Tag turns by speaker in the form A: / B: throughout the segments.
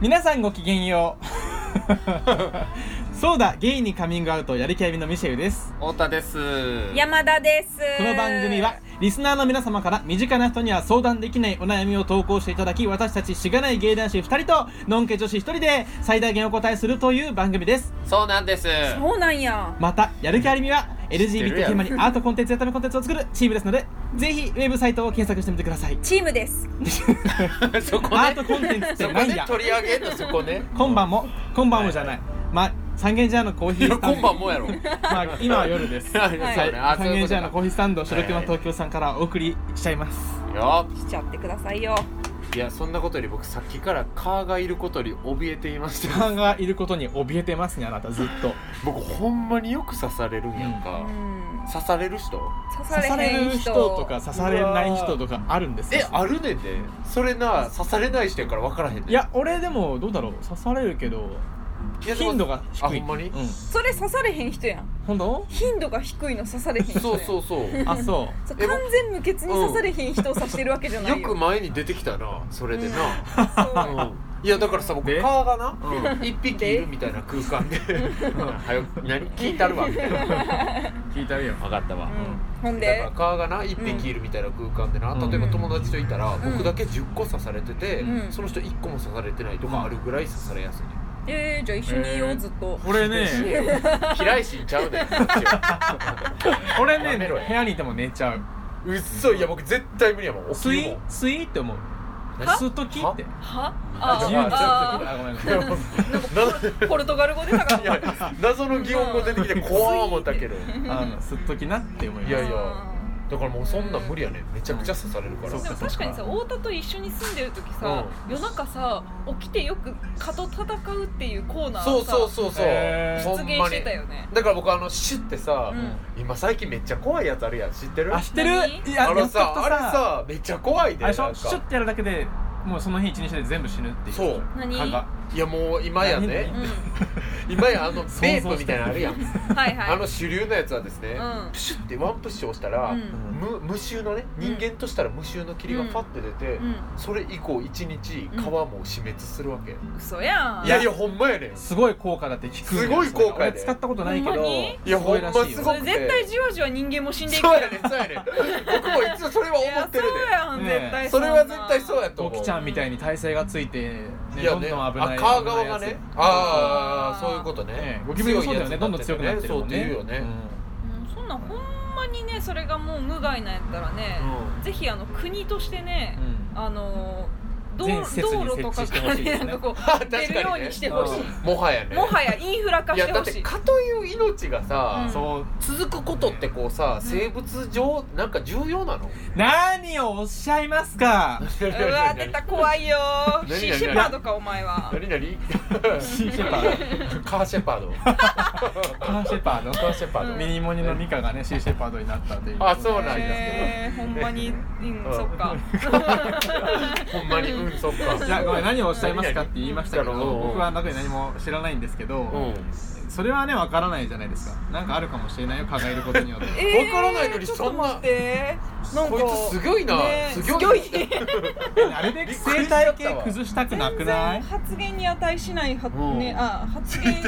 A: 皆さんごきげんよう そうだゲイにカミングアウトやりきゃみのミシェルです
B: 太田です
C: 山田です
A: この番組はリスナーの皆様から身近な人には相談できないお悩みを投稿していただき私たちしがない芸男子2人とのんけ女子1人で最大限お答えするという番組です
B: そうなんです
C: そうなんや
A: またやる気ありみは
B: ってる
A: LGBT テ
B: や
A: ー
B: ろ
A: マにアートコンテンツやためコンテンツを作るチームですのでぜひウェブサイトを検索してみてください
C: チームです
B: そこ
A: アー
B: ね
A: トコンテンツっ
B: そ
A: て
B: こ
A: なん
B: ね
A: や
B: 取り上げんのそ こね
A: 今晩も今晩もじゃない、まあ三軒茶屋のコーヒー
B: いや
A: スタンド
B: 今晩もやろ
A: まあ今は夜です
B: はい
C: はい
B: そうねあそう
A: 三
B: い
A: 軒
B: うこ
A: 茶
B: と
A: 屋のコーヒースタンド白熊
B: はいはい
A: 東京さんからお送りしちゃいます
B: かよ
C: しちゃってくださいよ
B: いやそんなことより僕さっきから蚊がいることに怯えていまし
A: 時
B: た
A: 間がいることに怯えてますねあなたずっ と
B: 僕ほんまによく刺されるんやん
C: う
B: か、
C: ん
B: 刺される人
C: 刺さ
A: 刺
C: れ
A: され
C: へん
A: る
C: 人
A: 人とか刺されない人とかあるんです
B: え
A: よ
B: あるねんでそれな刺されない人やから分からへんねん
A: いや俺でもどうだろう刺されるけど
B: いやでも
A: 頻度が低い
B: あほんまに
A: うん
C: それ刺されへん人やん
A: 本当
C: 頻度が低いの刺されへん人やん
B: そうそうそう
A: あそう
C: そう
B: え
C: 完全無欠に刺されへん人を刺してるわけじゃない
B: よ
C: よ
B: く前に出てきたなそれでな、
C: そう
B: うんいやだからさ僕
A: で
B: 蚊がな
A: う
B: 一匹いるみたいな空間で「はよ何聞いたるわ」みたいな
A: 聞いたよ
B: 分かったわ
C: うんほん
B: だか
C: で
B: ら蚊がな一匹いるみたいな空間でな
A: うん
B: 例えば友達といたら
C: ん
B: 僕だけ10個刺されてて
C: うん
B: その人1個も刺されてないとかあるぐらい刺されやすい
C: えー、じゃあ一緒にいよ
A: えー
C: うずっと
A: 俺ね
B: 嫌いしんちゃうねん
A: 俺
B: やめ
A: ね
B: ろよ
A: 部屋にいても寝ちゃう
B: うっそいや僕絶対無理やもん
A: ス
B: 起きる
A: イ
B: もん
A: スイって思う
B: 何
A: 吸う時って
C: はあ
B: あ
A: 自
C: ー
A: 由に吸う時
C: あ
A: あごめんごめん
C: ーポルトガル語で
B: いや
C: 探
B: 謎の疑問が出てきて怖い思った けど
A: あの吸っときなって思います
B: いやいやだからもうそんなん無理やねんめちゃくちゃ刺されるから
A: そっ
C: でも確かにさ太田と一緒に住んでる時さ、夜中さ起きてよく蚊と戦うっていうコーナー
B: そう
C: をさ
B: そうそうそう、
A: へー
B: ほ
C: 出
B: ん
C: 現
B: ま
C: して
B: に
C: たよね
B: だから僕あのシュッてさ、
C: う
B: 今最近めっちゃ怖いやつあるやん知ってる
A: あ知ってる
C: 何
A: いや
B: あ
A: や
B: の
A: っとくと
B: さあれさめっちゃ怖いで
A: あれでし
B: な
A: ょ
B: ん
A: シュッ
B: か
A: てやるだけでもうその日一日で全部死ぬっていう
B: そう
C: 何
A: 蚊が
B: いやもう今やね
A: 何
C: う
B: 今や あのベ
A: 想像して
B: ープみたいなのあるやん
C: ん、はいはい
B: あの主流のやつはですね、
C: うん
B: プシュッてワンプッシュ押したら、
C: うん
B: 無無臭のね人間としたら無臭の霧がパッて出て、
C: う
B: それ以降一日皮も死滅するわけ、
C: ん嘘やん
B: いやいやほんまやねん
A: すごい効果だって聞くんだよ
B: すごい効果やで
A: 俺使ったことないけ
C: ほん
A: ど
C: まに
B: いやほんます
A: ごいらしいよ
C: それ絶対じわじわ人間も死んでいく
B: そうやねんそうやねん僕も一応それは思ってる
C: い
B: で
C: やそうやん、絶対
B: そ
C: んな
B: れは絶対そうやと
A: ゴ
B: 思
A: キ
B: う
A: ちゃんみたいに体勢がついて、ね
B: い
A: ど
B: や
A: ん
B: ね
A: どん危ない
B: あ川側がねああそういうこと
A: え
B: ね
A: えゴキブリもそうだよね
B: 強いやつ
A: どんどん強くなってるもんね
B: そうって言うよね
C: うんそんなんほんまにねそれがもう無害なんやったらね、ぜひあの国としてね
A: う、んうん
C: あの道
A: 全施設に
C: 道路とかからね
A: 設置してほしいですね
C: なんかこ
B: あ 確
C: う
B: かに
C: 出るようにしてほしい、
B: もはやね
C: もはやインフラ化
B: い
C: し
B: や
C: て
B: だっ
C: ほ
B: て
C: しい
B: 蚊という命がさ
C: うん
A: そう
B: 続くことってこうさ
C: うん
B: 生物上なんか重要なの
A: 何をおっしゃいますか
B: う
C: うわ出た怖いよ
B: 何
C: シー
B: 何
C: シェパードかお前は
B: 何何
A: シーシェパー
B: カーシェパード
A: ドカーシェパード
B: カーシェパード
A: ミニモニのミカがねシーシェパードになったという
B: あそうなんや
C: えー、ほんまにうん
B: うん
C: そっ か
B: ほんまにうんそっか
A: いやごめん何をおっしゃいますかって言いましたけど
B: 何々
A: 僕は中に何も知らないんですけど、
B: うん
A: それはねわからないじゃないですかなんかあるかもしれないよ蚊がいることによって
C: えー、
B: わからないのに
C: ちょっ
B: そ
C: と
B: んな
C: 待ってなんか
B: こいつすごいな
C: ねえ
B: すごい
C: すごい
A: あれで生態系崩したくなくない
C: 全然発言に値しないは、
B: うん
C: ね、あ発言
B: し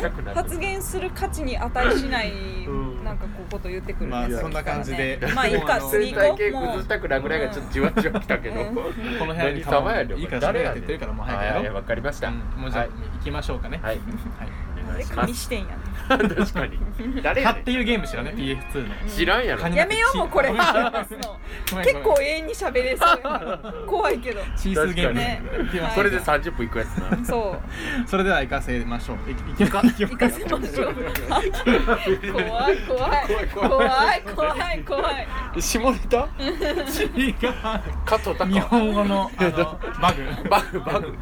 B: たくな
C: うん
B: い
C: 発言する価値に値しない、
B: ん
C: なんかこうこと言ってくる
A: まあ
C: やつ
A: そんな感じで
C: だからねまあいいか
A: もう
C: 次行
B: 生
C: こ
B: 態
C: う
B: 系
C: も
B: 崩
C: う
B: したくなぐらいがちょっとじわじわきたけど
C: うん
A: この部屋
B: 何
A: に
B: 様やねん
A: いいから
B: 誰
A: 喋れ
B: や
A: って
B: ね
A: 言ってるからもう
B: はい
A: 早
B: は
A: くや
B: いはい
A: ろ
B: わかりました
A: うんもうじゃあ、
B: はい
A: 行きましょうかね、
B: はい
A: はい
B: お願いしま
C: 紙
B: す
C: 視点や
B: 確かに誰
A: 蚊
B: や
A: って
B: ね
A: いうゲーム知らね PF2 の
B: ん知らんやろ
A: 蚊に
C: やめようもう これ
A: ごめん
C: 話すの
A: ごめん
C: 結構永遠に喋れそうや から怖いけど
A: チーズゲーム
C: 確かに
A: 行きましょう
B: これで30分いくやつな
C: そう
A: それでは行かせましょう行き行きましょう
C: 行かせましょう怖い怖い怖い怖い怖い
B: 下ネタ
A: 違
B: 加藤
A: う日
B: 隆
A: 本語のあのバグ
B: バグバグ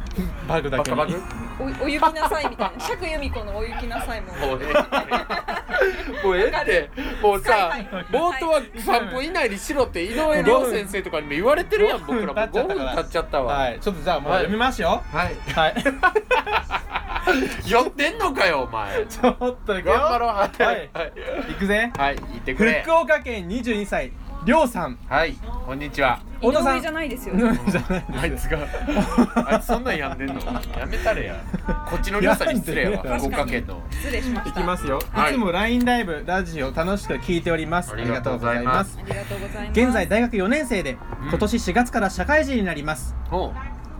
A: バグだ
B: バ
A: け
B: カ
A: に
B: バグ
C: おお行きなさいみたいな釈由美子のお行きなさいも
B: もうええもうええってもうさ
C: はいはい
B: 冒頭は3分以内にしろって井上涼先生とかにも言われてるやん僕らもう5分経っちゃったわ
A: はいちょっとじゃあもう読みますよ
B: はい
A: はい
B: 寄ってんのかよお前
A: ちょっと行くよ
B: 頑張ろうはい
A: はい
B: はい
A: 行くぜ
B: はい行ってくれ
A: 福岡県22歳りょうさん
B: はいこんにちは
A: 小
C: 井
A: 田さん
C: 上じゃないですよ。
A: じゃない
B: あいつがあいつそんなんやんでんのやめたれやこっちのりょうさんに失礼やわ
A: 病
B: 福
C: んでる
B: 岡県の
C: 失礼しました。
A: いきますよ、、
B: はいい
A: つも LINE ライブラジオ楽しく聞いております
B: ありがとうございます
C: ありがとうございます。
A: 現在大学4年生で
B: ん
A: 今年4月から社会人になります
B: おう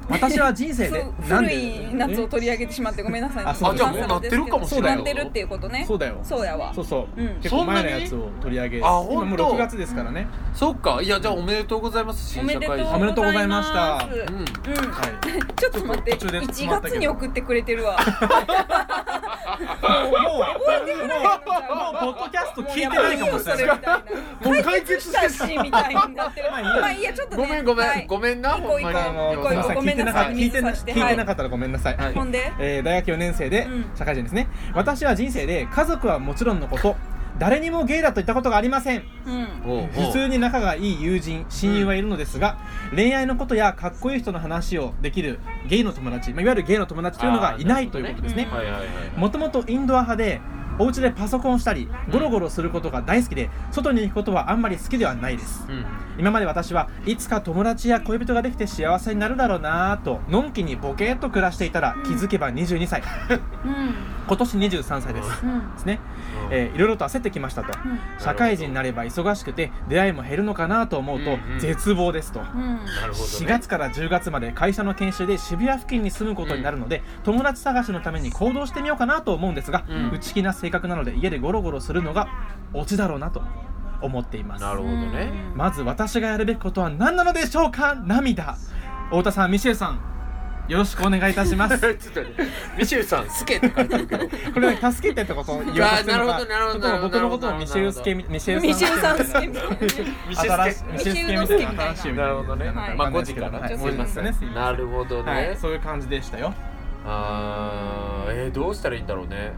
A: 私は人生で
C: ふ
A: なん
C: 古
A: で
C: い夏を取り上げてしまってごめんなさい。
A: あそう
C: 夏
A: だ
C: な
B: あ
C: ん
B: じゃあもうなっ
C: です
B: て
C: けど
B: るかもしれない
C: なってるっていうことね。
A: そうだよ
C: そうやわ
A: そう。そう、
C: うん
A: 結構前のやつを取り上げ
B: そんなに
A: 今もう
B: あ本当
A: 6月ですからね、
B: そっかいやじゃあおめでとうございます
C: お
B: 新
C: め
B: 社
C: で
B: 会
A: おめ
B: 人
A: でと
C: と
A: う
C: うご
A: ござ
C: ざ
A: い
C: い
A: ま
C: ま
A: した
C: す。
B: う
C: う
B: ん
C: ん。
A: はい
C: ちょっと待って。
A: ちょっと途中で止
C: 1
A: まったけど
C: 月に送ってくれてるわ。
A: もう
C: 覚えてくれないのちゃう
A: もうポッドキャスト聞いてないかもしれ
C: もうや
A: ない
C: めようそれみたいな
B: もう解決して
C: 親しいみたいになってる。まあいいやちょっとね。
B: ごめんごめん、
C: はい
B: ごめんな
C: 行
B: ほ
C: こうん
B: まに
C: 行
A: あの
C: 行こう行こう
A: ご
C: ごめ
A: めん
C: ん
A: な
C: な
A: さ
C: さ
A: い
C: い
A: 聞いてな聞い
C: 水差してて
A: なかったらごめんなさい、
B: はい
C: ほんで。
A: えー大学4年生で
C: うん
A: 社会人ですね、私は人生で家族はもちろんのこと誰にもゲイだと言ったことがありません
C: うん。
B: おうおう
A: 普通に仲がいい友人親友はいるのですが、恋愛のことやかっこいい人の話をできるゲイの友達、まあ、いわゆるゲイの友達というのがいないということですね
C: あーなるほどね
B: はいはいはいはい
A: もともとインドア派でお家でパソコンをしたりゴロゴロすることが大好きで外に行くことはあんまり好きではないです
B: うん
A: 今まで私はいつか友達や恋人ができて幸せになるだろうなぁとのんきにボケーっと暮らしていたら気づけば22歳
C: うん。
A: 今年23歳です
C: うん。
A: ですね、
B: うん
A: えーいろいろと焦ってきましたと
C: うん
A: 社会人になれば忙しくて出会いも減るのかなと思う
B: うん
A: と
B: うん
A: 絶望ですと、
C: うん。
B: なるほど、ね、
A: 4月から10月まで会社の研修で渋谷付近に住むことになるので、友達探しのために行動してみようかなと思うんですが、
B: うん
A: 内気な性格なので家でゴロゴロするのがオチだろうなと思っています
B: なるほどね
A: まず私がやるべきことは何なのでしょうか涙太田さんミシェルさんよろしくお願いいたし ま
B: ちょ
A: す
B: っとねミシェ ルさん「スケ」って書いてあるけど
A: これは助けてってことを 言わせてるの
B: あ
A: か
B: ーなるほどなるほど
A: ちょっと僕のことをミシェルスケミシェルさん
C: ミシェルさん好
A: みたい
C: き
A: な
C: みたいな。
B: ミ
A: 新しいミ
C: ミ
A: シ
C: シ
A: ェ
C: ェ
A: ル
C: ルスケみ
A: スケみた
C: た
A: い
C: い
A: な
C: な
A: 新しい
B: なるほどね、
C: はい
B: まあ5時から
A: はい
B: 思います
A: そうですね
B: なるほどね、
A: はい、そういう感じでしたよ。
B: あーえー、どうしたらいいんだろうね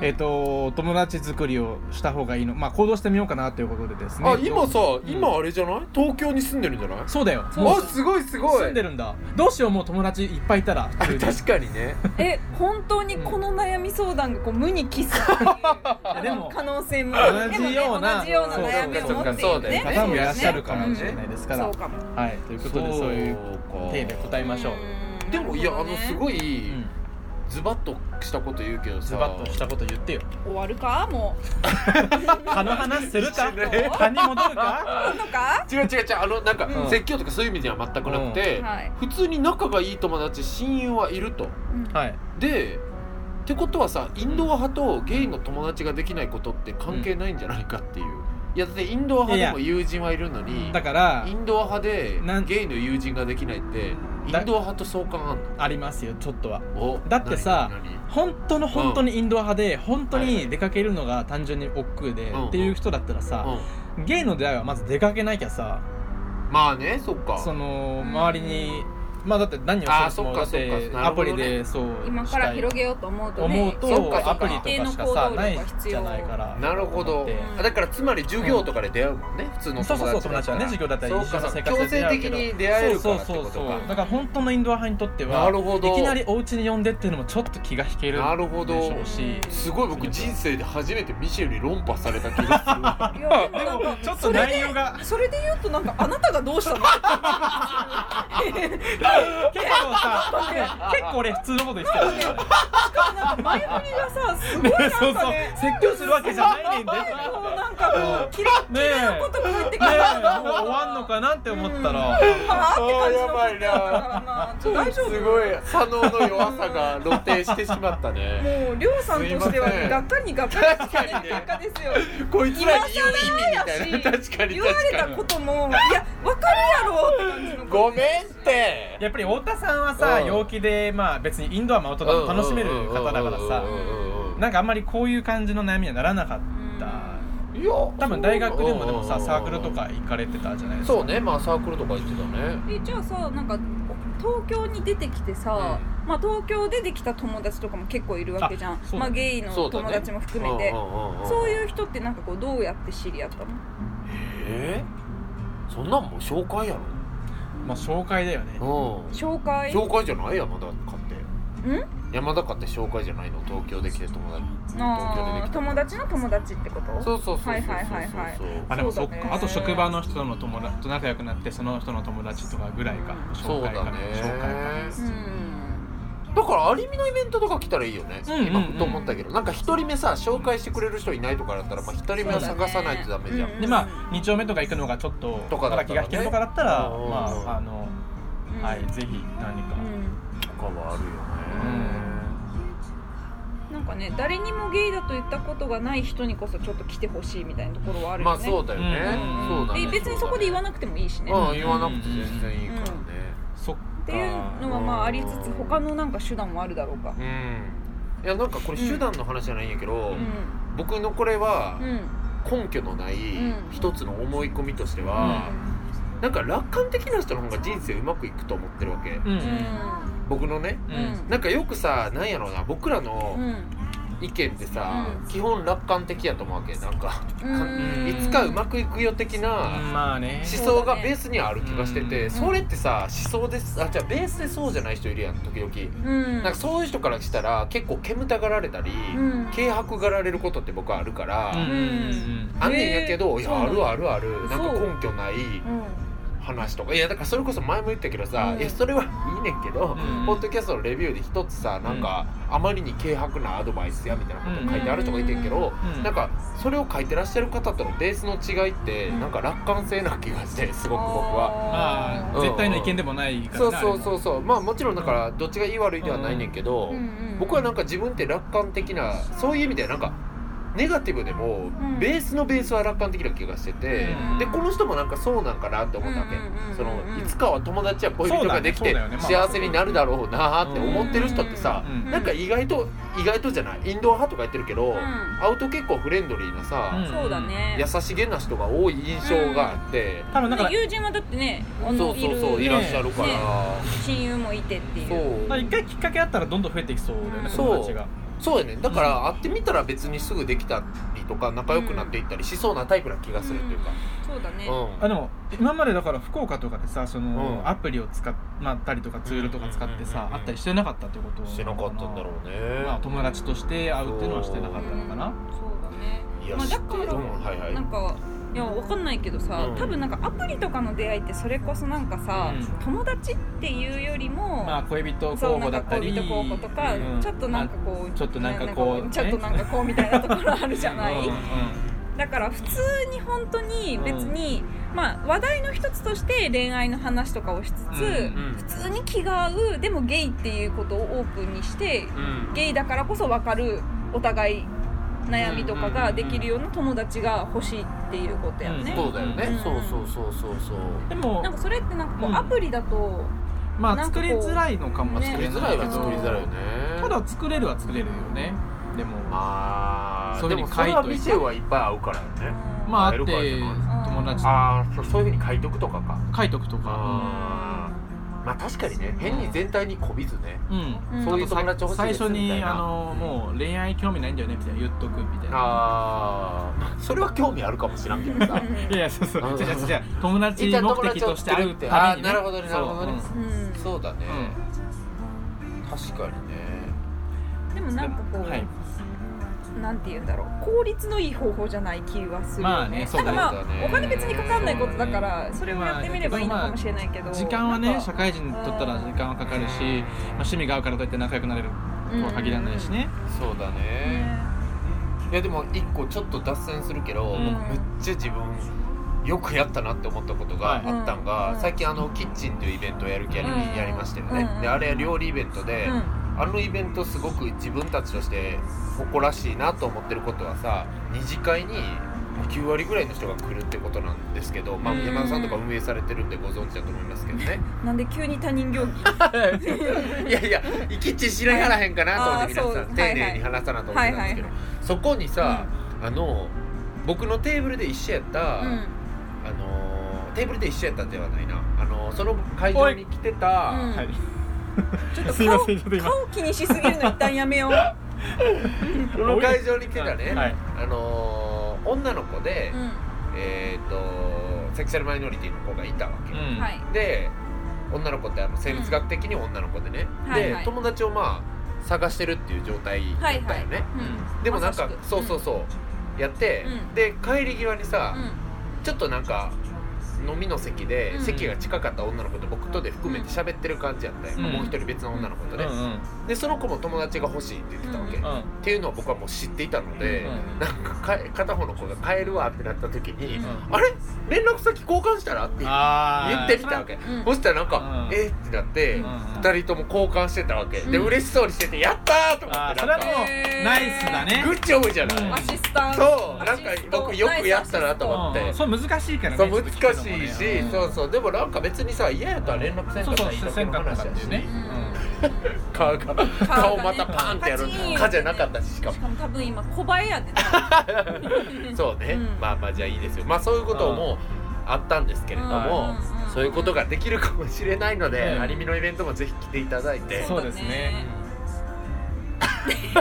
C: うん
A: えっ、と友達作りをした方がいいの、まあ行動してみようかなということでですね。
B: あ今さ今あれじゃない東京に住んでるんじゃない
A: そうだよ。
C: そう
A: もう
B: あすごいすごい
A: 住んでるんだ。どうしようもう友達いっぱいいたら。
B: あ確かにね
C: え本当にこの悩み相談がこう無に帰すっていうあ
A: でも
C: の可能性も
A: 同じよう
C: でもね同
A: な
C: じような悩みを持ってい
B: そう
C: る
B: だよね
C: ね
A: 方もいらっしゃるかもしれないですから。
C: そうかも
A: はいということでそういう手で答えましょう。
C: うん
B: でもいやあのすご
A: う
B: い
A: ん。
B: ズバッとしたこと言うけどさ
A: ズバッとしたこと言ってよ。
C: 終わるかも
A: 蚊の話する か。
C: しない
A: 蚊に戻るか。
C: ういいのか
B: 違う違う違うあのなんか
A: うん
B: 説教とかそういう意味では全くなくて、
C: はい
B: 普通に仲がいい友達親友はいると
A: はいい。
B: でってことはさインドア派とゲイの友達ができないことって関係ないんじゃないかっていう、いやだってインドア派でも友人はいるのに
A: だから
B: インドア派で
A: なん
B: ゲイの友人ができないってインドア派と相関あんの
A: ありますよちょっとは。
B: お
A: だってさ
B: 何何
A: 本当の本当にインドア派で本当に出かけるのが単純に億劫で
B: うん
A: っていう人だったらさ、
B: 何うん
A: ゲイの出会いはまず出かけなきゃさ
B: まあねそっか
A: その
C: うん
A: 周りにまあだって何を
B: あー
A: しても
B: そ
A: だ
B: っか
A: っ
B: そってかな
A: ア
B: るほ
A: プリ
B: どね
A: でそう
C: 今
A: した
C: から
A: い
C: 広げようと思うとね
A: 思う
B: そっかそっ
A: と
B: か
A: アプリとかしかさないじゃないから
B: なるほど
A: う
B: あだからつまり授業とかで出会うもんね、普通の友達
A: そうそうそう友
B: だっ
A: 達
B: た
A: はね
B: ら
A: 授業だったり
B: そう
A: 一緒の
B: かそ
A: 生
B: うか強
A: 活で
B: 制
A: 出会う
B: 的
A: けど
B: に出会えるか
A: そう
B: らっ
A: そ
B: てこ
A: う
B: と
A: そう
B: か
A: だから本当のインドア派にとって
B: な
A: は
B: るほ
A: い
B: ど
A: きなりお家に呼んでっていうのもちょっと気が引ける
B: なるほど
A: でしょうし
B: すごい僕人生で初めてミシェルに論破された気がするわ
C: いやでもなんか
A: ちょっと内容が
C: それで言うとなんかあなたがどう したの
A: 結構さ結構俺普通のこと言ってたよ ね
C: なんか前振りがさすごいなん
A: そうそ
C: か
A: う
C: ね
A: 説教するわけじゃないねんで
C: もうなんかもうキレッキ
A: ね
C: レのこと返って
A: え
C: くる
A: ねえもう終わんのかなって思ったら
C: はあって感じのことだったからな ちょっと大
B: す
C: 丈
B: ご
C: 夫
B: い左脳の弱さが露呈してしまっ たね
C: もうりょうさんとしてはがっかりがっかりしかない結果ですよ
B: こいつらに言う意味みた
C: 今更
B: いな
C: やし
B: 確かに
C: 言わ
B: 確
C: れ
B: か
C: た
B: に
C: こともいやわかるやろって感じの
B: ごめんって
A: やっぱり太田さんはさ
B: うん
A: 陽気でまあ別にインドアもアウトドアも楽しめる方だからさなんかあんまりこういう感じの悩みにはならなかった
B: いや
A: 多分大学でもでもさ
B: そう
A: サークルとか行かれてたじゃないですか
B: そうねまあサークルとか行ってたね
C: えじゃあさなんか東京に出てきてさ、まあ、東京でできた友達とかも結構いるわけじゃん
A: あ、そう
C: ま
A: だね
C: あ、ゲイの
B: そうだね
C: 友達も含めてそう,、
B: そう
C: いう人ってなんかこうどうやって知り合ったの
B: えーそんなんもう紹介や
A: まあ紹介だよね
B: ろうん
C: 紹介
B: 紹介じゃないやまだ買って
C: ん
B: 山田かって紹介じゃないの東京で来て友達東京でで
C: あ
B: き
C: ー
B: た
C: 友達の友達ってこと
B: そうそうそうそうそう
C: はいはいはいはい
B: そう
A: あでもそっか、
C: そうだね
A: あと職場の人の友達と仲良くなってその人の友達とかぐらいか
B: そう
A: 紹
B: だ
A: 介か
B: ね
A: な紹介か
C: うん
B: だからアリミのイベントとか来たらいいよね、
A: うんうんうん
B: 今ふと思ったけどなんか一人目さ紹介してくれる人いないとかだったら、まあ、一人目は探さないとダメじゃん、
C: そうだね
A: でまあ2丁目とか行くのがちょっと
B: とかだったら
A: 茨城が
B: ね
A: 引けるとかだったら
B: うん
A: まああの、
C: うん
A: はいぜひ何か、
C: う
B: とかはあるよ
C: ん
A: うん
C: なんかね誰にもゲイだと言ったことがない人にこそちょっと来てほしいみたいなところはあ
B: ね
C: るよね
B: まあそうだよね、
A: うん
B: そうだね
C: で別にそこで言わなくてもいいしね、
B: う
C: っ
B: ん言わなくて全然いいからね
A: そっか
C: ていうのはまあありつつ他のなんか手段もあるだろうか
B: うん、いやなんかこれ手段の話じゃないんやけど、
C: うん
B: 僕のこれは
C: うん
B: 根拠のない
C: うん
B: 一つの思い込みとしては、なんか楽観的な人の方が人生うまくいくと思ってるわけ
A: うんう
C: うんん
B: 僕のね
A: う
C: うんん
B: なんかよくさなんやろうな僕らの
C: うん
B: 意見ってさ、
C: うん
B: 基本楽観的やと思うわけなんか、
C: うん
B: いつかうまくいくよ的な
A: まあね
B: 思
C: し
B: 想がベースにはある気がしてて、
A: うん
B: それってさ思想ですあじゃあベースでそうじゃない人いるやん時々
C: うん
B: なんかそういう人からしたら結構煙たがられたり、
C: うん
B: 軽薄がられることって僕はあるから、
A: うんうん
B: あんねんやけど、
C: へー
B: い
C: そう
B: や
C: な
B: あ
C: の
B: るあるあるなんか
C: そう
B: 根拠ない
C: うん
B: 話とかいやだからそれこそ前も言ったけどさ、
C: うん
B: いやそれはいいねんけど、
A: うん
B: ポッドキャストのレビューで一つさなんか、あまりに軽薄なアドバイスやみたいなこと書いてある人がいてんけど、
A: うん
B: なんかそれを書いてらっしゃる方とのベースの違いって、
C: うん
B: なんか楽観性な気がしてすごく僕は。
A: ま
C: あ
A: あ
B: うん
A: 絶対の意見でもないから
B: そうそうそううそうまあもちろんだからどっちがいい悪いではないねんけ
C: ー
B: ど、
C: うんうん
B: 僕はなんか自分って楽観的なそういう意味ではなんかネガティブでも、
C: うん
B: ベースのベースは楽観的な気がしてて、
A: うん
B: でこの人もなんかそうなんかなって思ったわけ、
C: うんうんうんうん
B: そのいつかは友達や恋人ができ
A: そう
B: て
A: だねそうだよねまあ
B: 幸せになるだろうなーって思ってる人ってさ、
A: うん
B: なんか意外と意外とじゃないインドア派とか言ってるけど、
C: ん
B: アウト結構フレンドリーなさ、
C: そうだね
B: 優しげな人が多い印象があって、
A: 多分なんか
C: 友人はだってねあの
B: そうそうそうい
C: い
B: ら
C: る
B: っしゃるから、
C: 親友もいてっていう
B: そう
A: 一回きっかけあったらどんどん増えていきそうだよね
B: そう
A: 友達が
B: そうやねだから会ってみたら別にすぐできたりとか仲良くなっていったりしそうなタイプな気がするっていうか、
C: そうだね
B: うん
A: あでも今までだから福岡とかでさその、
B: うん
A: アプリを使っ、まあ、ったりとかツールとか使って
B: うんうん
A: さ
B: う、んうん
A: あったりしてなかったってこと
B: してなかったんだろうね、
A: まあ、友達として会うっていうのはしてなかったのかな
C: そうだね
B: いや
C: まあ
B: 知
C: だ
B: っ
C: か
B: てる
C: ら
B: うんはいはい
C: なんかいやわかんないけどさ、
B: うん
C: 多分なんかアプリとかの出会いってそれこそなんかさ、
A: うん
C: 友達っていうよりも、
A: まあ恋人
C: そ
A: 候
C: うな
A: 補
C: ん
A: だ
C: か
A: ったり
C: 恋人候補とか、
A: うん
C: ちょっとなんかこう
A: ちょっとなんかこう
C: ちょっとなんかこうみたいなところあるじゃない、
A: うんうん
C: だから普通に本当に別に、まあ話題の一つとして恋愛の話とかをしつつ、
A: うん
B: うん
C: 普通に気が合うでもゲイっていうことをオープンにして
B: うん
C: ゲイだからこそ分かるお互い悩みとかができるような友達が欲しいっていうことやね、
A: うん
B: そうだよね、
C: うん
B: そうそうそうそうそう
A: でも
C: なんかそれってなんかこう、
A: うん
C: アプリだと
A: まあ
C: なんか
A: 作
C: こう
A: りづらいのかもし
C: ね
B: 作
A: れ
B: りづ
A: な
B: ら
A: い
B: い
A: け
B: は
A: ど、
B: 作りづらいよね
A: ただ作れるは作れるよねでも
B: まあ
A: そういう
B: で
A: ふうに
B: も
A: 書い
B: それは
A: といて
B: 店はいっぱい合うからよね
A: まあ
B: 会
A: 会っ
B: えるからじ
A: て
B: ゃない
A: 友達と
B: ああそういうふうに書いとくとかか
A: 書いとくとか
B: あーまあ確かにね変に全体にこびずね、
A: うん
C: うん
B: そういう友達欲しい
A: 最
B: です
A: 初
B: みたい
A: に
B: な
A: あのもう恋愛興味ないんだよねみたいな言っとくみたいな
B: あーそれは興味あるかもしらんけどさ
A: いやいやそうそう
B: うん
A: 違う違う違う友達目的として会うために、ね、
B: 一旦友達を作るってあーなるほどねなるほどね
A: そ
C: う
A: う
C: ん
B: そうだね、
A: う
B: 確かにね
C: でもなんかこう、
A: はい
C: なんて言うんだろう効率のいい方法じゃない気はするよね,、
A: まあねそうだね
C: なん
B: そ
C: か
B: うだ
C: ま
B: ね
C: あお金別にかかんないことだからそれをやってみればいいのかもしれないけど、
A: ん時間はね
C: なん
A: 社
C: か
A: 会人にとったら時間はかかるし、まあ、趣味が合うからといって仲良くなれるとは限らないしね、
B: そうだね、いやでも一個ちょっと脱線するけど、
A: うん
B: 僕めっちゃ自分よくやったなって思ったことがあったんが、
C: うん
B: 最近あのキッチンというイベントをやる気やり,、
C: うん
B: やりましたよね、
C: うん
B: であれ料理イベントで、
C: うん
B: あのイベントすごく自分たちとして誇らしいなと思ってることはさ二次会に9割ぐらいの人が来るってことなんですけど、まあ、
C: うん
B: 山田さんとか運営されてるんでご存知だと思いますけどね
C: なんで急に他人行儀
B: いやいやキッチン知らんやらへんかなと思って皆
C: あーそ
B: さん
C: う
B: 丁寧に話さなと思ってたんですけど、
C: は
B: そこにさ、あの僕のテーブルで一緒やった、
C: うん
B: あのーテーブルで一緒やったんではないな、あのーその会場に来て
C: お
B: た、
C: いうん
A: はい
C: ちょっと
A: すいません
C: 顔
A: ちょっと今
C: 顔気にしすぎるの一旦やめよう、
B: その会場に来てたね、
A: はい
B: あのー女の子で、
C: う
B: えー、とセクシャルマイノリティの子がいたわけ、
A: うん
C: ん、はい
B: で女の子ってあの生物学的に女の子でね、
C: うん
B: で、
C: はいはい
B: 友達をまあ探してるっていう状態だっ
C: はいは
B: た
C: い、
B: よね、
C: うん、
B: でもなんか
C: まさしく
B: そうそうそうやって、
C: うん
B: で帰り際にさ、
C: う
B: ちょっとなんか飲みの席で、
C: うん
B: 席が近かった女の子と僕とで含めて喋ってる感じやったよ、
A: うん
B: もう一人別の女の子とね、
A: うん
B: でその子も友達が欲しいって言ってたわけ、
C: う
A: うん
B: っ
A: うん
B: ていうのを僕はもう知っていたので、
A: うん
B: なんかか片方の子が「帰るわ」ってなった時に「
A: うん
B: あれ連絡先交換したら?」って言
A: あー
B: ってみたわけ、
C: んうん
B: そしたらなんか
A: うん
B: 「えっ?」ってなって、
A: うん
B: 2人とも交換してたわけ、で
C: うん
B: 嬉しそうにしてて「やったー!」とか
A: あー
B: って
A: それは
B: なん
A: も
B: か
A: うナイスだね
B: グッジョブじゃない、
A: うん
C: アシスタント
B: そうな
C: ア
B: ん
C: シ
B: か
C: スト
B: 僕よくやったなと思って、
A: うんそう難しいからね
B: そう難し
A: ちょっと聞くのも
B: い
A: ね
B: し、
C: うん
B: そうそうでもなんか別にさ嫌やったら連絡せんかったらいいだけの話だし、
A: そうそうせんかったらね
B: 顔が顔またパーンってやる
C: パチン
B: かじゃなかったししか
C: しかも多分今小林やでな
B: も そうね、
C: うん
B: まあまあじゃあいいですよまあそういうこともあったんですけれど
C: う
B: も、
C: んうんうん
B: そういうことができるかもしれないので、
A: うん
B: アニメのイベントもぜひ来ていただいて
A: そうですね
C: ちょ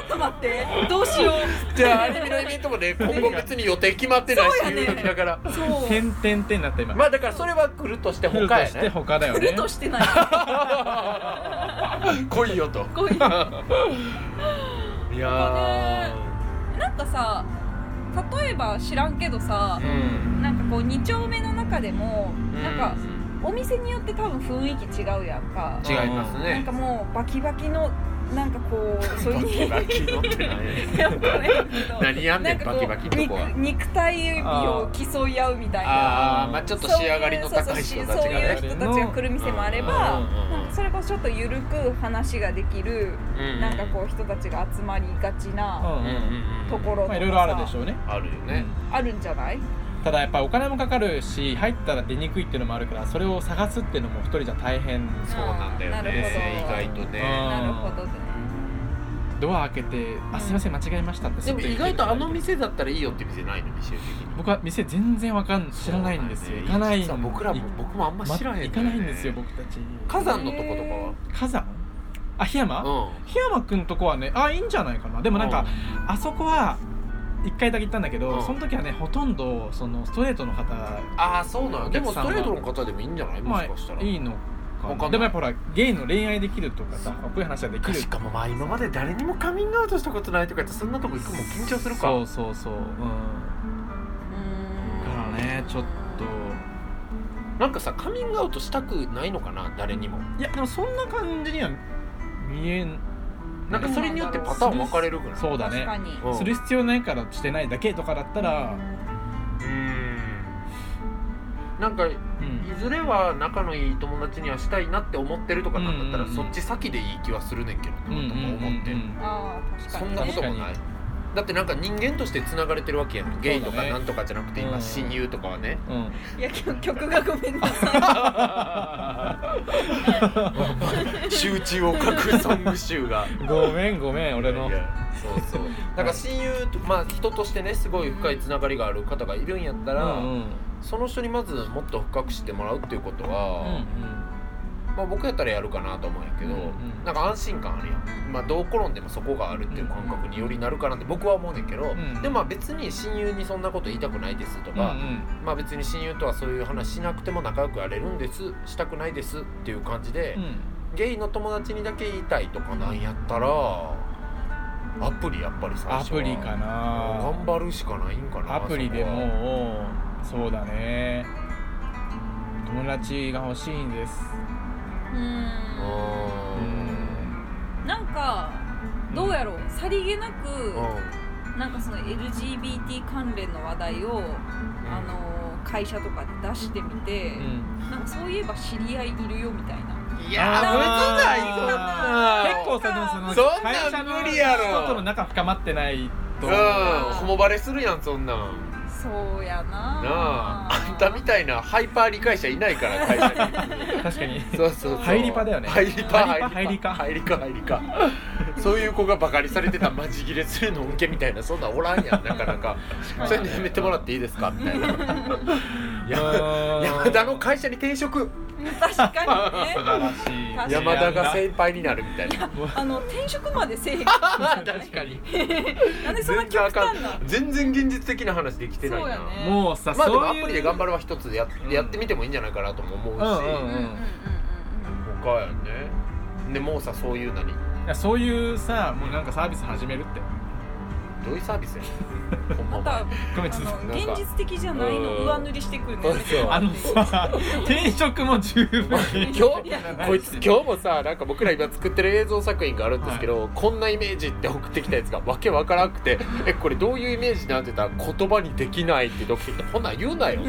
C: っと待ってどうしよ
B: じゃあアニメのイベントも ね今後別に予定決まってないし
C: そうやね
B: 言うときながら
C: うそう
A: 点々点々になった今
B: まあだからそれは来るとして
A: 来ると
B: 他や
A: して
B: ね
A: 他だよ
C: 来る
A: ね
C: としてない
B: 来いよと
C: こういう
B: いや
C: なんかさ例えば知らんけどさ
B: ーうん
C: なんかこう2丁目の中でもなんかお店によって多分雰囲気違うやんか
B: 違います
C: なん
B: ね
C: かもうバキバキのなんかこう そう
B: バ
C: い
B: キ
C: う
B: バキのって何やねん
C: わかんないけど
B: 何やんねん
C: なんか
B: バ
C: こう
B: キバキのとこは
C: 肉肉体を競い合うみたいな
B: あーまあちょっと仕上がりの高い人たちが
C: そういう
B: ね
C: そういう人たちが来る店もあれば、
B: うんうんうんうん
C: なんかそれこそちょっとゆるく話ができる、なんかこう人たちが集まりがち
A: うん
C: な
B: うんうんうん
C: ところとかさ、
A: まあいろいろあるでしょうね
B: あるよね
C: あるんじゃない
A: ただやっぱお金もかかるし入ったら出にくいっていうのもあるからそれを探すっていうのも一人じゃ大変
B: そうなんだよ
C: なる
B: ね意
C: ほど
B: 外とね
C: なるほどね
A: ドア開けて「あすいません間違えました」って
B: でも
A: 外
B: 意
A: に
B: 外とあの店だったらいいよって店ないの店的に
A: 僕は店全然わかん知らないんですよ行かない
B: 実は僕らも僕もあんま
A: ま
B: 知らへん
A: 行かないんですよ僕たち
B: 火山のとことかは
A: 火山あ檜山、
B: う
A: 檜山くんとこはねあいいんじゃないかなでもなんか、あそこは1回だけ行ったんだけど、
B: うん
A: その時はねほとんどそのストレートの方
B: ああそうなのでも
A: お
B: ス
A: 客さんは
B: トレートの方でもいいんじゃないも
A: ま
B: しかしたら
A: あいいのか
B: わかんな
A: ないでもやっぱほらゲイの恋愛できるとかさかっこいい話ができる
B: しかもまあ今まで誰にもカミングアウトしたことないとかってそんなとこ行くのも緊張するか
A: そうそうそううんだからねちょっと
B: なんかさカミングアウトしたくないのかな誰にも
A: いやでもそんな感じには見えん
B: なんかそれによってパターン分かれるぐらい
A: そうだ
C: 確
A: ね
C: かに、
B: うん
A: する必要ないからしてないだけとかだったら、
B: うーんなんかい
A: うん、
B: ずれは仲のいい友達にはしたいなって思ってるとかなんだった
A: うん
B: ら
A: うん
B: そっち先でいい気はするねんけどなとか思って
C: ああ確か
B: そ
C: に
B: んなこともないだってなんか人間としてつながれてるわけやんゲイと
A: そうだ
B: か
A: ね
B: なんとかじゃなくて
A: う
B: 今
A: ん
B: 親友とか はね
A: うんうん
C: いや曲曲がごめんなさい
B: 集中を書くソング集が
A: ごめんごめん俺の
B: いやそうそう なんか親友とまあ人としてねすごい深いつながりがある方がいるんやったら、
A: うんうん
B: その人にまずもっと深く知ってもらうっていうこと
A: う
B: は、
A: ん
B: まあ、僕やったらやるかなと思うんやけど、
A: うんうん
B: なんか安心感あるやん、まあ、どう転んでもそこがあるっていう感覚によりなるかなって僕は思うねんけど、
A: ん
B: でもまあ別に親友にそんなこと言いたくないですと
A: うんう
B: か、
A: ん
B: まあ、別に親友とはそういう話しなくても仲良くやれるんですしたくないですっていう感じで、ゲイの友達にだけ言いたいとかなんやったらアプリやっぱり最
A: ア
B: 初
A: プ
B: は
A: リか
B: 頑
A: な
B: 張るしかないんかな
A: アプリでもうそうだね友達が欲しいんです
C: う
B: そ
C: ん
B: こは
A: うん
C: なんかどうやろうさりげなく
B: うーん
C: なんかその LGBT 関連の話題を、あの会社とかで出してみて、
A: うん
C: なんかそういえば知り合いいるよみたいな
B: うんいやー
A: あ
B: 無理だ
A: 結
B: よ
A: 構さでもその
B: そんなん
A: 会社の
B: 無理やろ
A: 人との仲深まってないと
B: うんホモバレするやんそんなんな
C: そうやな
B: ああんたみたいなハイパー理解者いないから会社に
A: 確かに
B: そうそうそう
A: ハイリパだよね
B: ハイリパ
A: ハイリパ
B: ハイリパハイリパそういう子がバカにされてたマジギレするの受けみたいなそんなんおらんやんなかなかそういうのやめてもらっていいですかみたいなや山田の会社に転職
C: 確かにね
A: 素晴らし
C: 確
A: い
C: かに
B: 山田が先輩になるみたいな
C: あの転職までせえへ ん
B: 確かに
C: なんでそんな極端な
B: 全然現実的な話できてない
C: そう
B: な
C: やね
A: もうさ、
B: まあで
A: そう
B: もア
A: いう
B: プリで頑張るは一つでや,、
A: うん
B: やってみてもいいんじゃないかなとも思うし、
A: うんうん
C: うんうんうんうん
B: 他やねでもうさそういう何
A: いやそういうさもうなんかサービス始めるって
B: どういうサービスやねんほん
C: ま
B: まお
C: た
B: 前
C: あ
A: ごめ んちょっと
C: の現実的じゃないの上塗りしてくるのやめてもら
A: あ
C: って
A: の
C: いい
A: さ転職も十分
B: 今日こいつ今日もさなんか僕ら今作ってる映像作品があるんですけど、こんなイメージって送ってきたやつがわけわからな くて「えこれどういうイメージなん?」て言ったら「言葉にできない」ってドッキリってほんなん言うなよ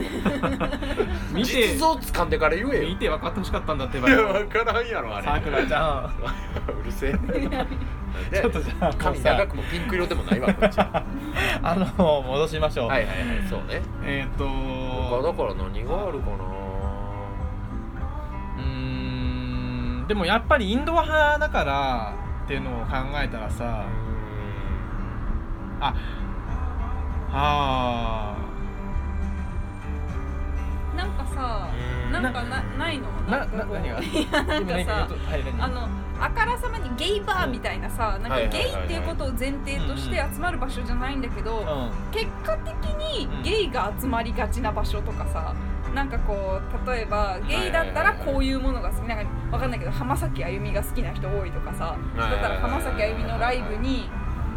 A: 見て
B: 実像掴んでから言えよ
A: 見て分かってほしかったんだってば
B: いやわからんやろあれ
A: さくらちゃん
B: うるせえなん で
A: ちょっとじゃあもう
B: 髪長
A: さ
B: くもピンク色でもないわこっちは
A: あの戻しましょう、
B: いはいはい そうね
A: えっ、ー、と
B: 他だから何があるかな
A: うーんでもやっぱりインドア派だからっていうのを考えたらさあ
C: なんかさ
B: うん
C: なんかなないの
A: ーなな
C: こう
A: 何が
C: いやなんかさ
A: はい何
C: あのあからさまにゲイバーみたいなさなんか
B: はいはいはい
C: ゲイ
B: はい
C: っていうことを前提として集まる場所じゃないんだけど
A: うん
C: 結果的にゲイが集まりがちな場所とかさなんかこう例えばゲイだったらこういうものが好きなんかわかんないけど浜崎あゆみが好きな人多いとかさだったら浜崎あゆみのライブに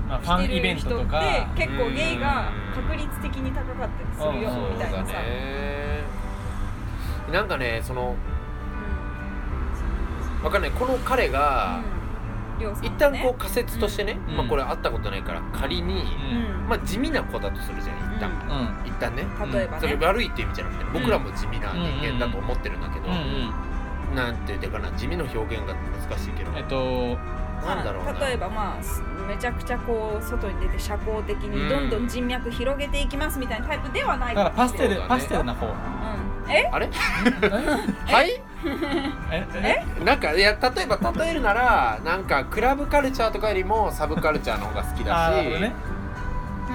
A: まあ、フ
C: 来
A: ァンイ
C: て
A: ベ
C: る
A: ン
C: 人
A: ト
C: って
A: とか
C: 結構ゲイが確率的に高かったりするよ
A: うん
C: みたいな
B: そう
C: さ
B: だ。ねなんかねそのわかんないこの彼が
C: りょうさん
B: 一
C: も
B: 旦
C: ね
B: こう仮説としてね、
A: うん
B: まあ、これ会ったことないから仮に、
A: うん
C: うん
B: まあ地味な子だとするじゃん一
A: う
B: 旦、
A: ん
B: 一旦ね
A: ん
C: 例えば
B: それ
C: ね
B: 悪いって意味じゃなくて、僕らも地味な人間だと思ってるんだけど、
A: うんうん
B: なんて言うかな地味の表現が難しいけど、
A: えっと
B: なんだろうな
C: まあ例えばまあすめちゃくちゃこう外に出て社交的にどんどん人脈広げていきますみたいなタイプではな
A: だ
C: い
A: からパステ
B: そう
A: ル、
B: だね
A: パステルな方
C: うん、え
B: あれ
A: え
B: はい
A: え
B: なんかいや例えば例えるならなんかクラブカルチャーとかよりもサブカルチャーの方が好き
A: あ
B: だ
A: ーなる
B: し
A: ほどね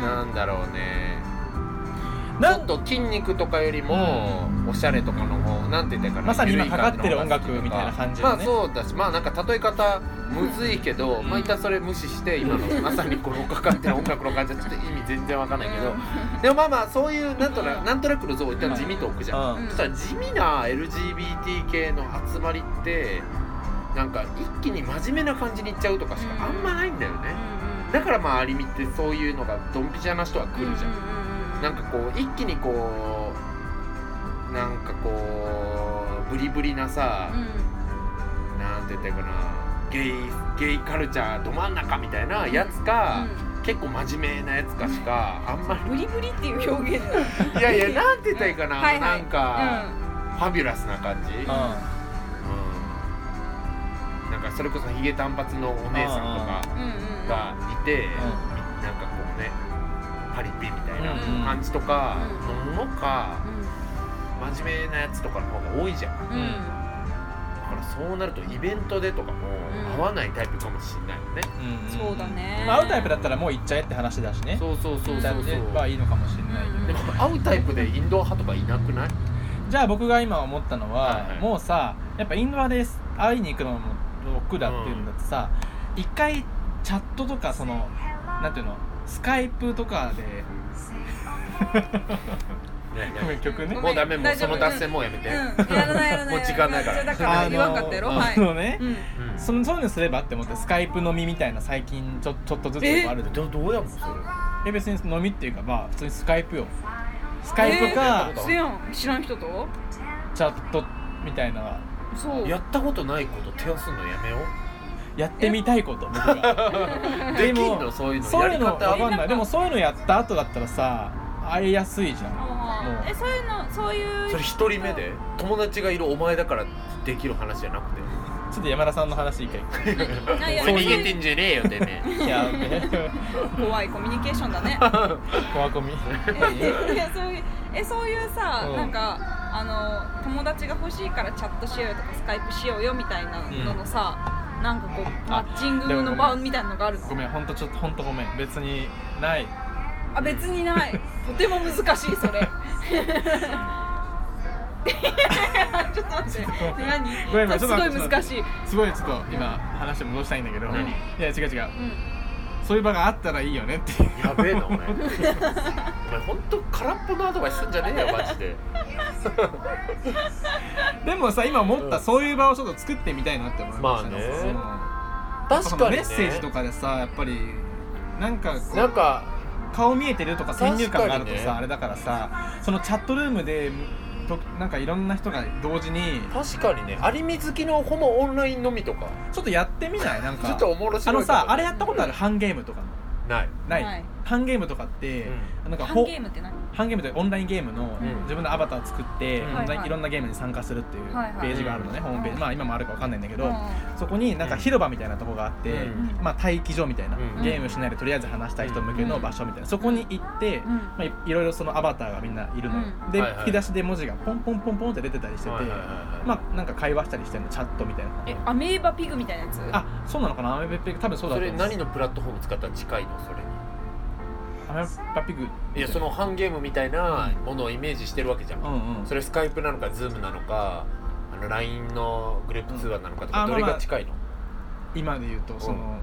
B: なんだろうねち
A: な
B: ょっと筋肉とかよりもおしゃれとかの方なんて言ったらいいかな
A: まさに今
B: 緩
A: か
B: い
A: か
B: 感じ
A: って
B: の
A: る
B: 方
A: 音
B: が好き
A: 楽
B: とか
A: みたいな感じ
B: ま
A: の
B: あ
A: ね
B: そうだしまあなんか例え方むずいけど、
A: うん
B: まあ一旦それ無視して今のまさにこのかかってる音楽の感じはちょっと意味全然わかんないけどでもまあまあそういうなんとななんとなくの像を一旦地味と置くじゃん
A: うん
B: そしたら地味な LGBT 系の集まりってなんか一気に真面目な感じにいっちゃうとかしかあんまないんだよねだからまあありみってそういうのがドンピシャな人は来るじゃんなんかこう一気にこうなんかこうブリブリなさ、なんて言ったらいいかなゲイゲイカルチャーど真ん中みたいなやつか、結構真面目なやつかしかあんま
C: ブリブリっていう表現だ、
B: りいやいやなんて言ったらいいかな、
C: うんはいはい
B: なんか、ファビュラスな感じ、うんなんかそれこそヒゲ短髪のお姉さんと
C: うんうんうん
B: かがいて、
A: う
B: なんかこうねパリピみたいな
A: うん
B: 感じとか
C: う
B: のものか、
C: う
B: 真面目なやつとかの方が多いじゃん
C: んうん
B: だからそうなるとイベントでとかも
C: うん
B: 合わないタイプかもしれないよね、
A: んんん
C: そうだね
A: まあ会うタイプだったらもう行っちゃえって話だしね
B: そうそうそうそうそう
A: 行っちゃえばいいのかもしれないけど
B: でも会うタイプでインドア派とかいなくない
A: じゃあ僕が今思ったのは、
B: はいはい
A: もうさやっぱインドアです会いに行くのも僕だっていうんだってさ一、回チャットとかそのなんていうのスカイプとかでごめん曲ね
C: ご
B: も
C: め
B: うんダメもう
C: 大丈夫
B: その脱線もうやめて、
C: うんやらないやらない
B: もう時間だから
C: じゃあだから言わんかったやろは
A: あ
C: い、
A: のね、
C: うん
B: うん
A: そのそういうのすればって思ってスカイプ飲みみたいな最近ちょちょっとずつ
C: え
A: あるじゃん
B: どどうやもんそれ
A: え別に飲みっていうかまあ普通にスカイプよスカイプか
B: えー
C: せやん知らん人と
A: チャットみたいな
C: そう
B: やったことないこと手をすんのやめよう
A: やってみたいこと僕が
B: で
A: で
B: き
A: も
B: んのそういうの
A: そ
B: や
A: うい
B: り
A: うのわ
B: 方
A: かんないでもそういうのやった後だったらさ会いやすいじゃん
C: あ
A: もう
C: ーえそういうのそういう
B: それ一人目で友達がいるお前だからできる話じゃなくて
A: ちょっと山田さんの話い けい
C: あいや
B: 俺逃げてんじゃねえよてめえ
A: やべえ
C: 怖いコミュニケーションだ ね
A: コアコミ
C: えいやそういうえそういうさ、
A: うん
C: なんかあの友達が欲しいからチャットしようよとかスカイプしようよみたいなののさ、なんかこうマ
A: あ
C: ッチン
A: で
C: グ
A: もご
C: の
A: めん
C: 場みたいなのがあるの
A: ごめん本当ちょっと本当ごめん別にない
C: あ別にないとても難しいそれ ちょっと待って
A: ごめんごめん
C: 何す
A: ちょっと
C: ご
A: 待
C: い
A: って
C: 難しい、うん、
A: すごいちょっと今話戻したいんだけどい
B: 何
A: や違う違うそういう場があったらいいよねっていう
B: やべえな 俺お前ほんと空っぽのアドバイスすんじゃねえよマジで
A: でもさ今思った、
B: うん
A: そういう場をちょっと作ってみたいなって思いました
B: まあね
A: そのそ
B: 確
A: の
B: かに、ね、
A: メッセージとかでさやっぱりなんかこう
B: なんか
A: 顔見えてるとか先入観があると
B: 確
A: さ、
B: かにね
A: あれだからさそのチャットルームでとなんかいろんな人が同時に
B: 確かにねアリミ好きのホモオンライン飲みとか
A: ちょっとやってみないなんか
B: ちょっとおもろし
A: あのさあれ
B: れ
A: やったことあるハンゲームとか
B: ない、
A: ない、
C: はい
A: ハンゲームとかって、なんか
C: ハ
A: ほ
C: ンゲームって何
A: ハンゲームってオンラインゲームの
B: うん
A: 自分のアバターを作って、
B: うん
A: オンライン
C: はいはい
A: いろんなゲームに参加するっていうペ
C: はいはい
A: ージがあるのね、ホームページ、
C: うん
A: まあ今もあるかわかんないんだけど、
C: う
A: そこになんか広場みたいなとこがあって、
B: うん
A: まあ待機所みたいな、
B: うん
A: ゲームしないでとりあえず話したい人向けの場所みたいな、そこに行って、
C: んうん
A: まあ、いいろいろそのアバターがみんないるのよ、
C: うん
A: で、
B: はいはい
A: 引き出しで文字がポンポンポンポンって出てたりしてて、
B: はいはいはい
A: まあなんか会話したりしてるのチャットみたいな
C: えアメーバピグみたいなやつ
A: あそうなのかなアメペピグ多分そうだ
B: そ
A: と
B: れ
A: 思う
B: 何のプラットフォーム使ったら近いのそれに
A: アメパピグ
B: いやそのハンゲームみたいなものをイメージしてるわけじゃん、
A: うんうん
B: それスカイプなのかズームなのかあの LINE のグループ通話なのかとか、
A: うんあ
B: どれ
A: まあ
B: が
A: まあ
B: 近いの、
A: 今で言うとその、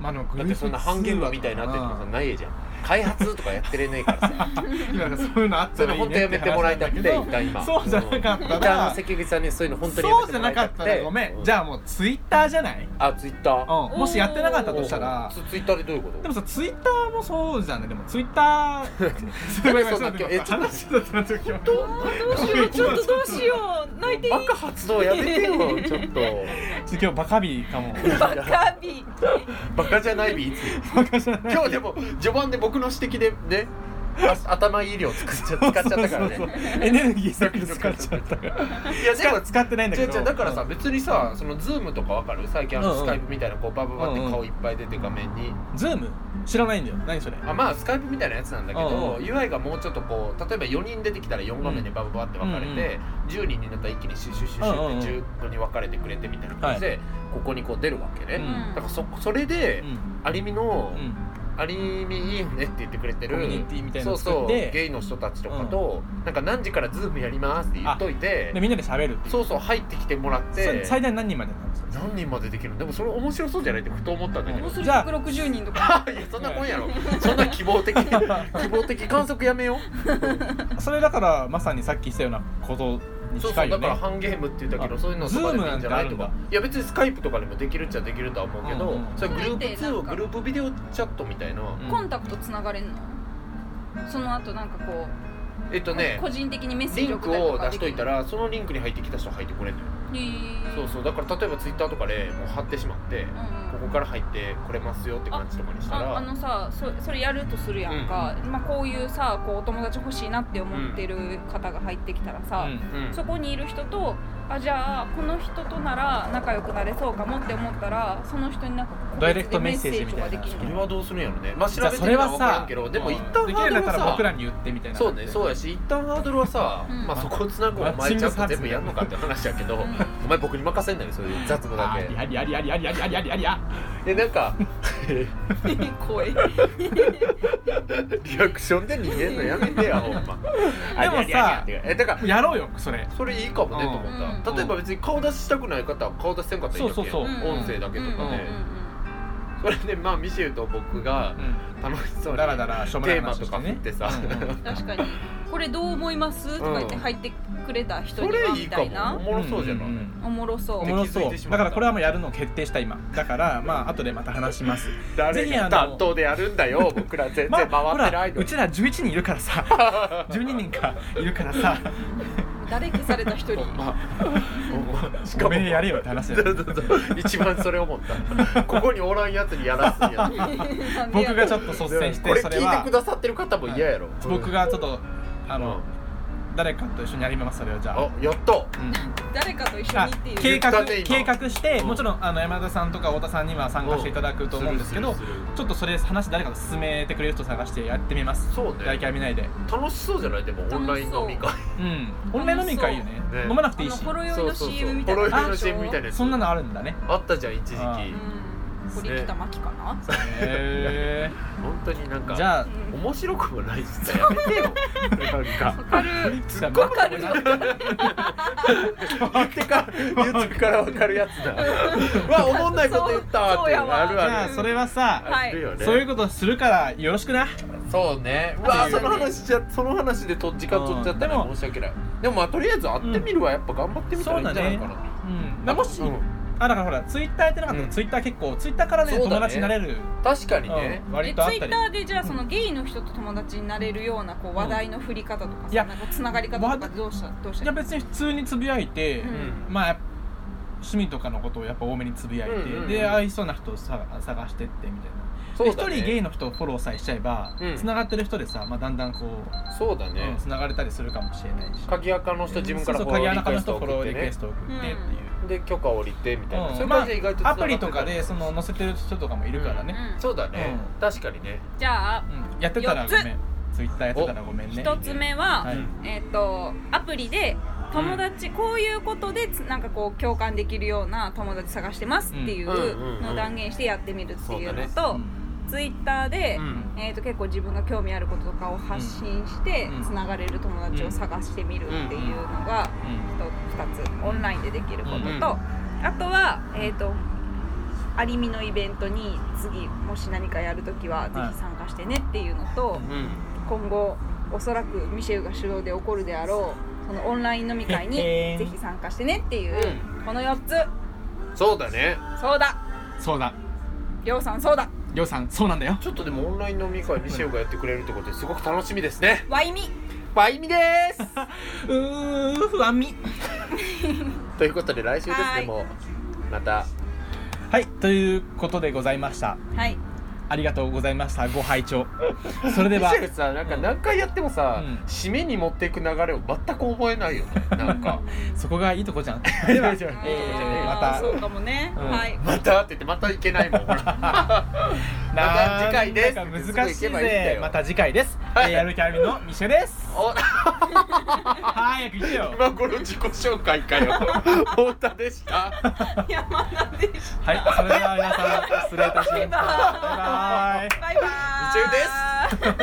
A: まあでもグ
B: だ
A: ル
B: っ
A: ー
B: て
A: プ
B: そんなハンゲームみたいになってるのさ
A: 通
B: ないじゃん開発とかやってれねえからさ
A: 話だな今そういうのあっ
B: そ
A: た
B: れ
A: らいい
B: 本当
A: ね
B: や
A: って
B: めてもらい
A: 話なんだ
B: たく
A: け
B: て
A: ど
B: 一旦今
A: そうじゃなかったら
B: 一旦関口さんにそういうの本当にや
A: そ
B: め
A: うじゃ
B: てもら
A: ないかっ
B: たくて
A: たらごめんじゃあもうツイッターじゃない、
B: あツイッター
A: うん、もしやってなかったとしたら
B: ツツイッターでどういうこと
A: でもさツイッターもそうじゃんねでもツイッター
B: ごめん そうだっけえちょっと
A: 話だったらちょっと
C: どうしようちょっとどうしよう泣いていい
B: バカ発動やめ てよちょっと
A: 今日バカ日かも
C: バカビ
B: バカじゃないビーツ
A: バカじゃない
B: 今日でも序盤で僕の指摘でねあ頭いい量作っちゃ使っちゃったから
A: そうそう
B: ね
A: そうエネルギー削使っちゃったから
B: いやでも
A: 使ってないんだ
B: じ
A: け
B: ゃ
A: ど
B: じゃだからさ
A: うん
B: 別にさそのズームとかわかる最近あ
A: うん
B: の
A: うん
B: スカイプみたいなこうバババって
A: うんうん
B: 顔いっぱい出て画面に
A: ズーム知らないんだよ何それ
B: あまあスカイプみたいなやつなんだけど
A: うん
B: UI がもうちょっとこう例えば4人出てきたら4画面でバババって分かれて10人になったら一気にシュシュシュシュって
A: うんうん
B: 10個に分かれてくれてみたいな感じでここにこう出るわけ
A: う
B: ねだ
A: ん
B: からそそれで
A: うん
B: アリミの
A: うん
B: アリミいいよねって言ってくれてる
A: コミュニティみたいな
B: そ
A: の
B: う
A: 作
B: そ
A: っ
B: う
A: て
B: ゲイの人たちとかと、なんか何時からズームやりますって言っといて
A: でみんなで喋るっていう
B: そうそう入ってきてもらっ
A: そ
B: て
A: れ最大何人までなんですか
B: 何人までできるのでもそれ面白そうじゃないってふと思ったんだけど、
A: う
C: も
A: ん
C: うすぐ
A: じゃあ
C: 160人と か
B: いやそんなもんやろそんな希望的希望的観測やめよう
A: それだからまさにさっきしたようなことに
B: そう
A: 近
B: そう
A: い
B: だ
A: よね
B: からハンゲームって言ったけど
A: あ
B: そういうのとかでもいいんじゃな
A: ズ
B: い
A: ー
B: と
A: ムなん
B: か
A: て
B: いや別にスカイプとかでもできるっちゃできるとは思うけど、
A: うんうん
B: それグループ通
C: な
B: 話
C: んか
B: グループビデオチャットみたいな、
A: うん
C: コンタクトつながれんのその後なんかこう
B: えっとね
C: 個人的にメッセー
B: リ
C: ジ
B: ン
C: 送
B: ク
C: ったりと
B: を
C: か
B: 出
C: で
B: し
C: き
B: とい
C: る
B: たらそのリンクに入ってきた人は入ってこれんのよ
C: へー
B: そうそうだから例えばツイッターとかでもう貼ってしまって、
C: うんうん
B: ここから入ってこれますよって感じとかにした
C: ああ
B: ら
C: のさそそれやるとするやんか、まあ、こういうさこうお友達欲しいなって思ってる方が入ってきたらさ、
A: うん
B: うん
C: そこにいる人とあじゃあこの人となら仲良くなれそうかもって思ったらその人になんか個別で
A: ダイレクトメッセージみたい
C: メ
A: な
C: ッセージと
B: そ
C: かでき
B: れ
C: る
B: はどうするんやろねまあ調
A: じゃあ
B: べて
A: そ
B: み
A: れ
B: たら
A: は
B: 分から
A: さ
B: んけどでも
A: うん
B: 一旦
A: でき
B: ハー
A: るんだ
B: ドル
A: ったら
B: は
A: 僕ら
B: さ
A: に言ってみたいな
B: そうねそうや
A: し
B: し一旦ハードルはさ、
C: うん
B: まあそこをつなぐお前ちゃんと全部やるのかって話やけど、
C: ん
B: お前僕に任せんなよそういう雑務だ
A: あり
B: け
A: ありありありありありありありありあ
B: でなんか
C: 声
B: リアクションで逃げんのやめてやほんま
A: でもさ
B: えだから
A: りやろうよそれ
B: それいいかもね
A: う
B: と
A: ん
B: 思った、
A: うん
B: 例えば別に顔出ししたくない方は顔出せんかったらいいだけ
A: そうそうそう
B: 音声だけとか
A: うんうん
B: で、それでまあミシェルと僕が楽しそうに
A: だらだらしょうもない
B: テーマ
A: 話
B: と
A: して
B: か振っ
A: ね
B: てさ、
A: うん
C: 確かに「これどう思います?」とか言って入ってくれた人
B: そ
C: には
B: れい
C: み
B: い
C: た
B: か
C: いな、
B: もおもろそうじゃない、
A: んんん
C: おもろそう
A: お
B: ん
A: もろ
B: 気づ
A: そ
B: いてし
A: う
B: ま
A: だ
B: っ
A: か
B: た
A: らこれはもうやるのを決定した今だからまあ後でまた話します
B: 誰
A: ぜひあの
B: が担当でやるんだよ僕ら全然
A: ま
B: 回
A: あほ
B: ってな
A: ら
B: いの
A: う
B: に、
A: ちら11人いるからさ12人かいるからさ
C: 誰消された一人
B: まあ し
A: ごめんやれよって話だ
B: そ
A: よ
B: うそうそう一番それ 思ったここにおらんやつにやらすんや
A: 僕がちょっと率先し
B: こ
A: て
B: れ
A: そ
B: 聞
A: れ
B: い
A: は
B: てくださってる方も嫌やろ、
A: 僕がちょっとあ
B: う
A: の
B: ん
A: 誰かと一緒にやりますそれをじゃあ
B: あやった
A: うん
C: 誰かと一緒
A: あ
C: にっていう
A: 計
B: 言った
A: 画
B: ね
A: 計画
B: 今
A: して
B: うん
A: もちろんあの山田さんとか太田さんには参加していただくと思うんですけど
B: るる
A: ちょっとそれ話誰かと進めてくれる人探してやってみます
B: そうね
A: 大体見ないで
B: 楽しそうじゃないでもオンライン飲み会
A: うんオンライン飲み会いいよね
B: ね
A: 飲まなく
C: あ
A: ていい
C: の
A: し
C: ほろ酔い
B: そう
C: の
B: そうそう
C: CM み
B: ポ
C: たいなや
B: ロ
C: つ
B: イの CM みたいなやつ
A: そんなのあるんだね
B: あったじゃん一時期
A: あ
C: う
A: ー
C: ん堀北真希かな
A: へ
B: 本当になん
A: ー
B: か
A: じゃあ
C: うん
B: 面白くもないっすねやめてよなんか
C: わ かる
A: じゃあ
C: わかるわかる
B: 言ってか言ってから分かるやつ だわおもんないこと言ったわっ
C: そう
B: て
C: やわ
B: ある
A: じゃ
B: あ
A: あ
B: る
A: それはさ
C: はい
B: あるよね
A: そういうことするからよろしくな
B: そうねうわ
A: あ
B: ーその話じゃその話でと時間取っちゃった
A: うんで
B: ら
A: も
B: 申し訳ないでもまあとりあえず会ってみるはやっぱ頑張ってみたらいいんじゃないかな
A: うんもし
B: うん
A: あだからほらツイッターやってなかったら、
B: うん
A: ツイッター結構ツイッターからね
B: そうだね
A: 友達になれる、
B: 確かにね
A: う
C: え
A: ん割とあ
C: ツ
A: っ
C: イ
A: た
C: ッ
A: り
C: ターでじゃあそのゲイの人と友達になれるようなこう話題の振り方とか
A: いや
C: さなんかつながり方とかどうしたどうし
A: い
C: た
A: や別に普通につぶやいて、
C: うん
A: まあ趣味とかのことをやっぱ多めにつぶやいて、
B: うんうんうん
A: で合いそうな人をさ探してってみたいな
B: そう
A: 一、
B: だ
A: 人ゲイ
B: ね
A: の人をフォローさえしちゃえば
B: うん
A: つな、がってる人でさ、まあ、だんだんこ
B: そうだ
A: う、うん
B: ね
A: つながれたりするかもしれないし
B: 鍵垢の人自分から
A: そう
B: フ
A: そう鍵
B: ォローリ
A: 穴
B: クエ
A: の
B: スト
A: 人
B: を
A: フォ
B: 送
A: ロー
B: って
A: リクエ
B: ね
A: ストを送ってっていう、
B: で許可を降りてみたいな、
A: うん
B: そういう感じで意外とつな
A: ア
B: が
A: プ
B: って
A: リ
B: た
A: とかでその載せてる人とかもいるからね、
C: うん
B: そうだね、
A: う
B: 確かにね
C: じゃあ
A: うんやってたらごめんツイッターやってたらごめんね
C: 一つ目は、
A: はい
C: えっ、とアプリで友達、こういうことでつなんかこう共感できるような友達探してますってい
B: うんうんうんう
C: うんのを断言してやってみるっていうの
A: う
C: と、
A: ん
C: ツイッターで、
B: うん
C: えー、と結構自分が興味あることとかを発信して
A: うん
C: つながれる友達を探してみるっていうのが2つオンラインでできることと、
B: うん
C: あとはえっ、とアリミのイベントに次もし何かやるときはぜひ参加してねっていうのと。
B: うん
C: 今後おそらくミシェルが主導で起こるであろうそのオンライン飲み会に
A: へへー
C: ぜひ参加してねっていう、
B: う
C: この4つ
B: そうだね
C: そうだ
A: そうだ
C: りょうさんそうだ
A: りょうさんそうなんだよ
B: ちょっとでもオンライン飲み会ミシェルがやってくれるってことですごく楽しみですね
C: わいみ
B: バイミです
A: うー不安み
B: ということで来週です
C: は
B: ね
C: い
B: もうまた
A: はいということでございました
C: はい
A: ありがとうございましたご拝聴それで
B: ミシ
A: は
B: ェルさなんか何回やってもさ、
A: うん
B: 締めに持っていく流れを全く覚えないよ ねなんか
A: そこがいいとこじゃ んでは、え
B: いいとこじゃねえ
A: ー、ま
C: あーそう
A: た
C: かもね、
A: うん
C: はい
B: またって言ってまたいけないもんほらまた次回です
A: なんか難しい
B: すぐ行けばいいんだ
A: ぜ
B: よ
A: また次回です、
B: はい
A: えー、やる気ありみのミシェです
B: お
A: 早く行けよ
B: 今頃自己紹介かよ太田でした
C: 山田でし
A: はいそれでは皆さん失礼いたしましたバイ
C: たバイバー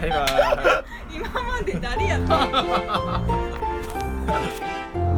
C: イ
A: バイバイバイバイ
C: 今まで誰やった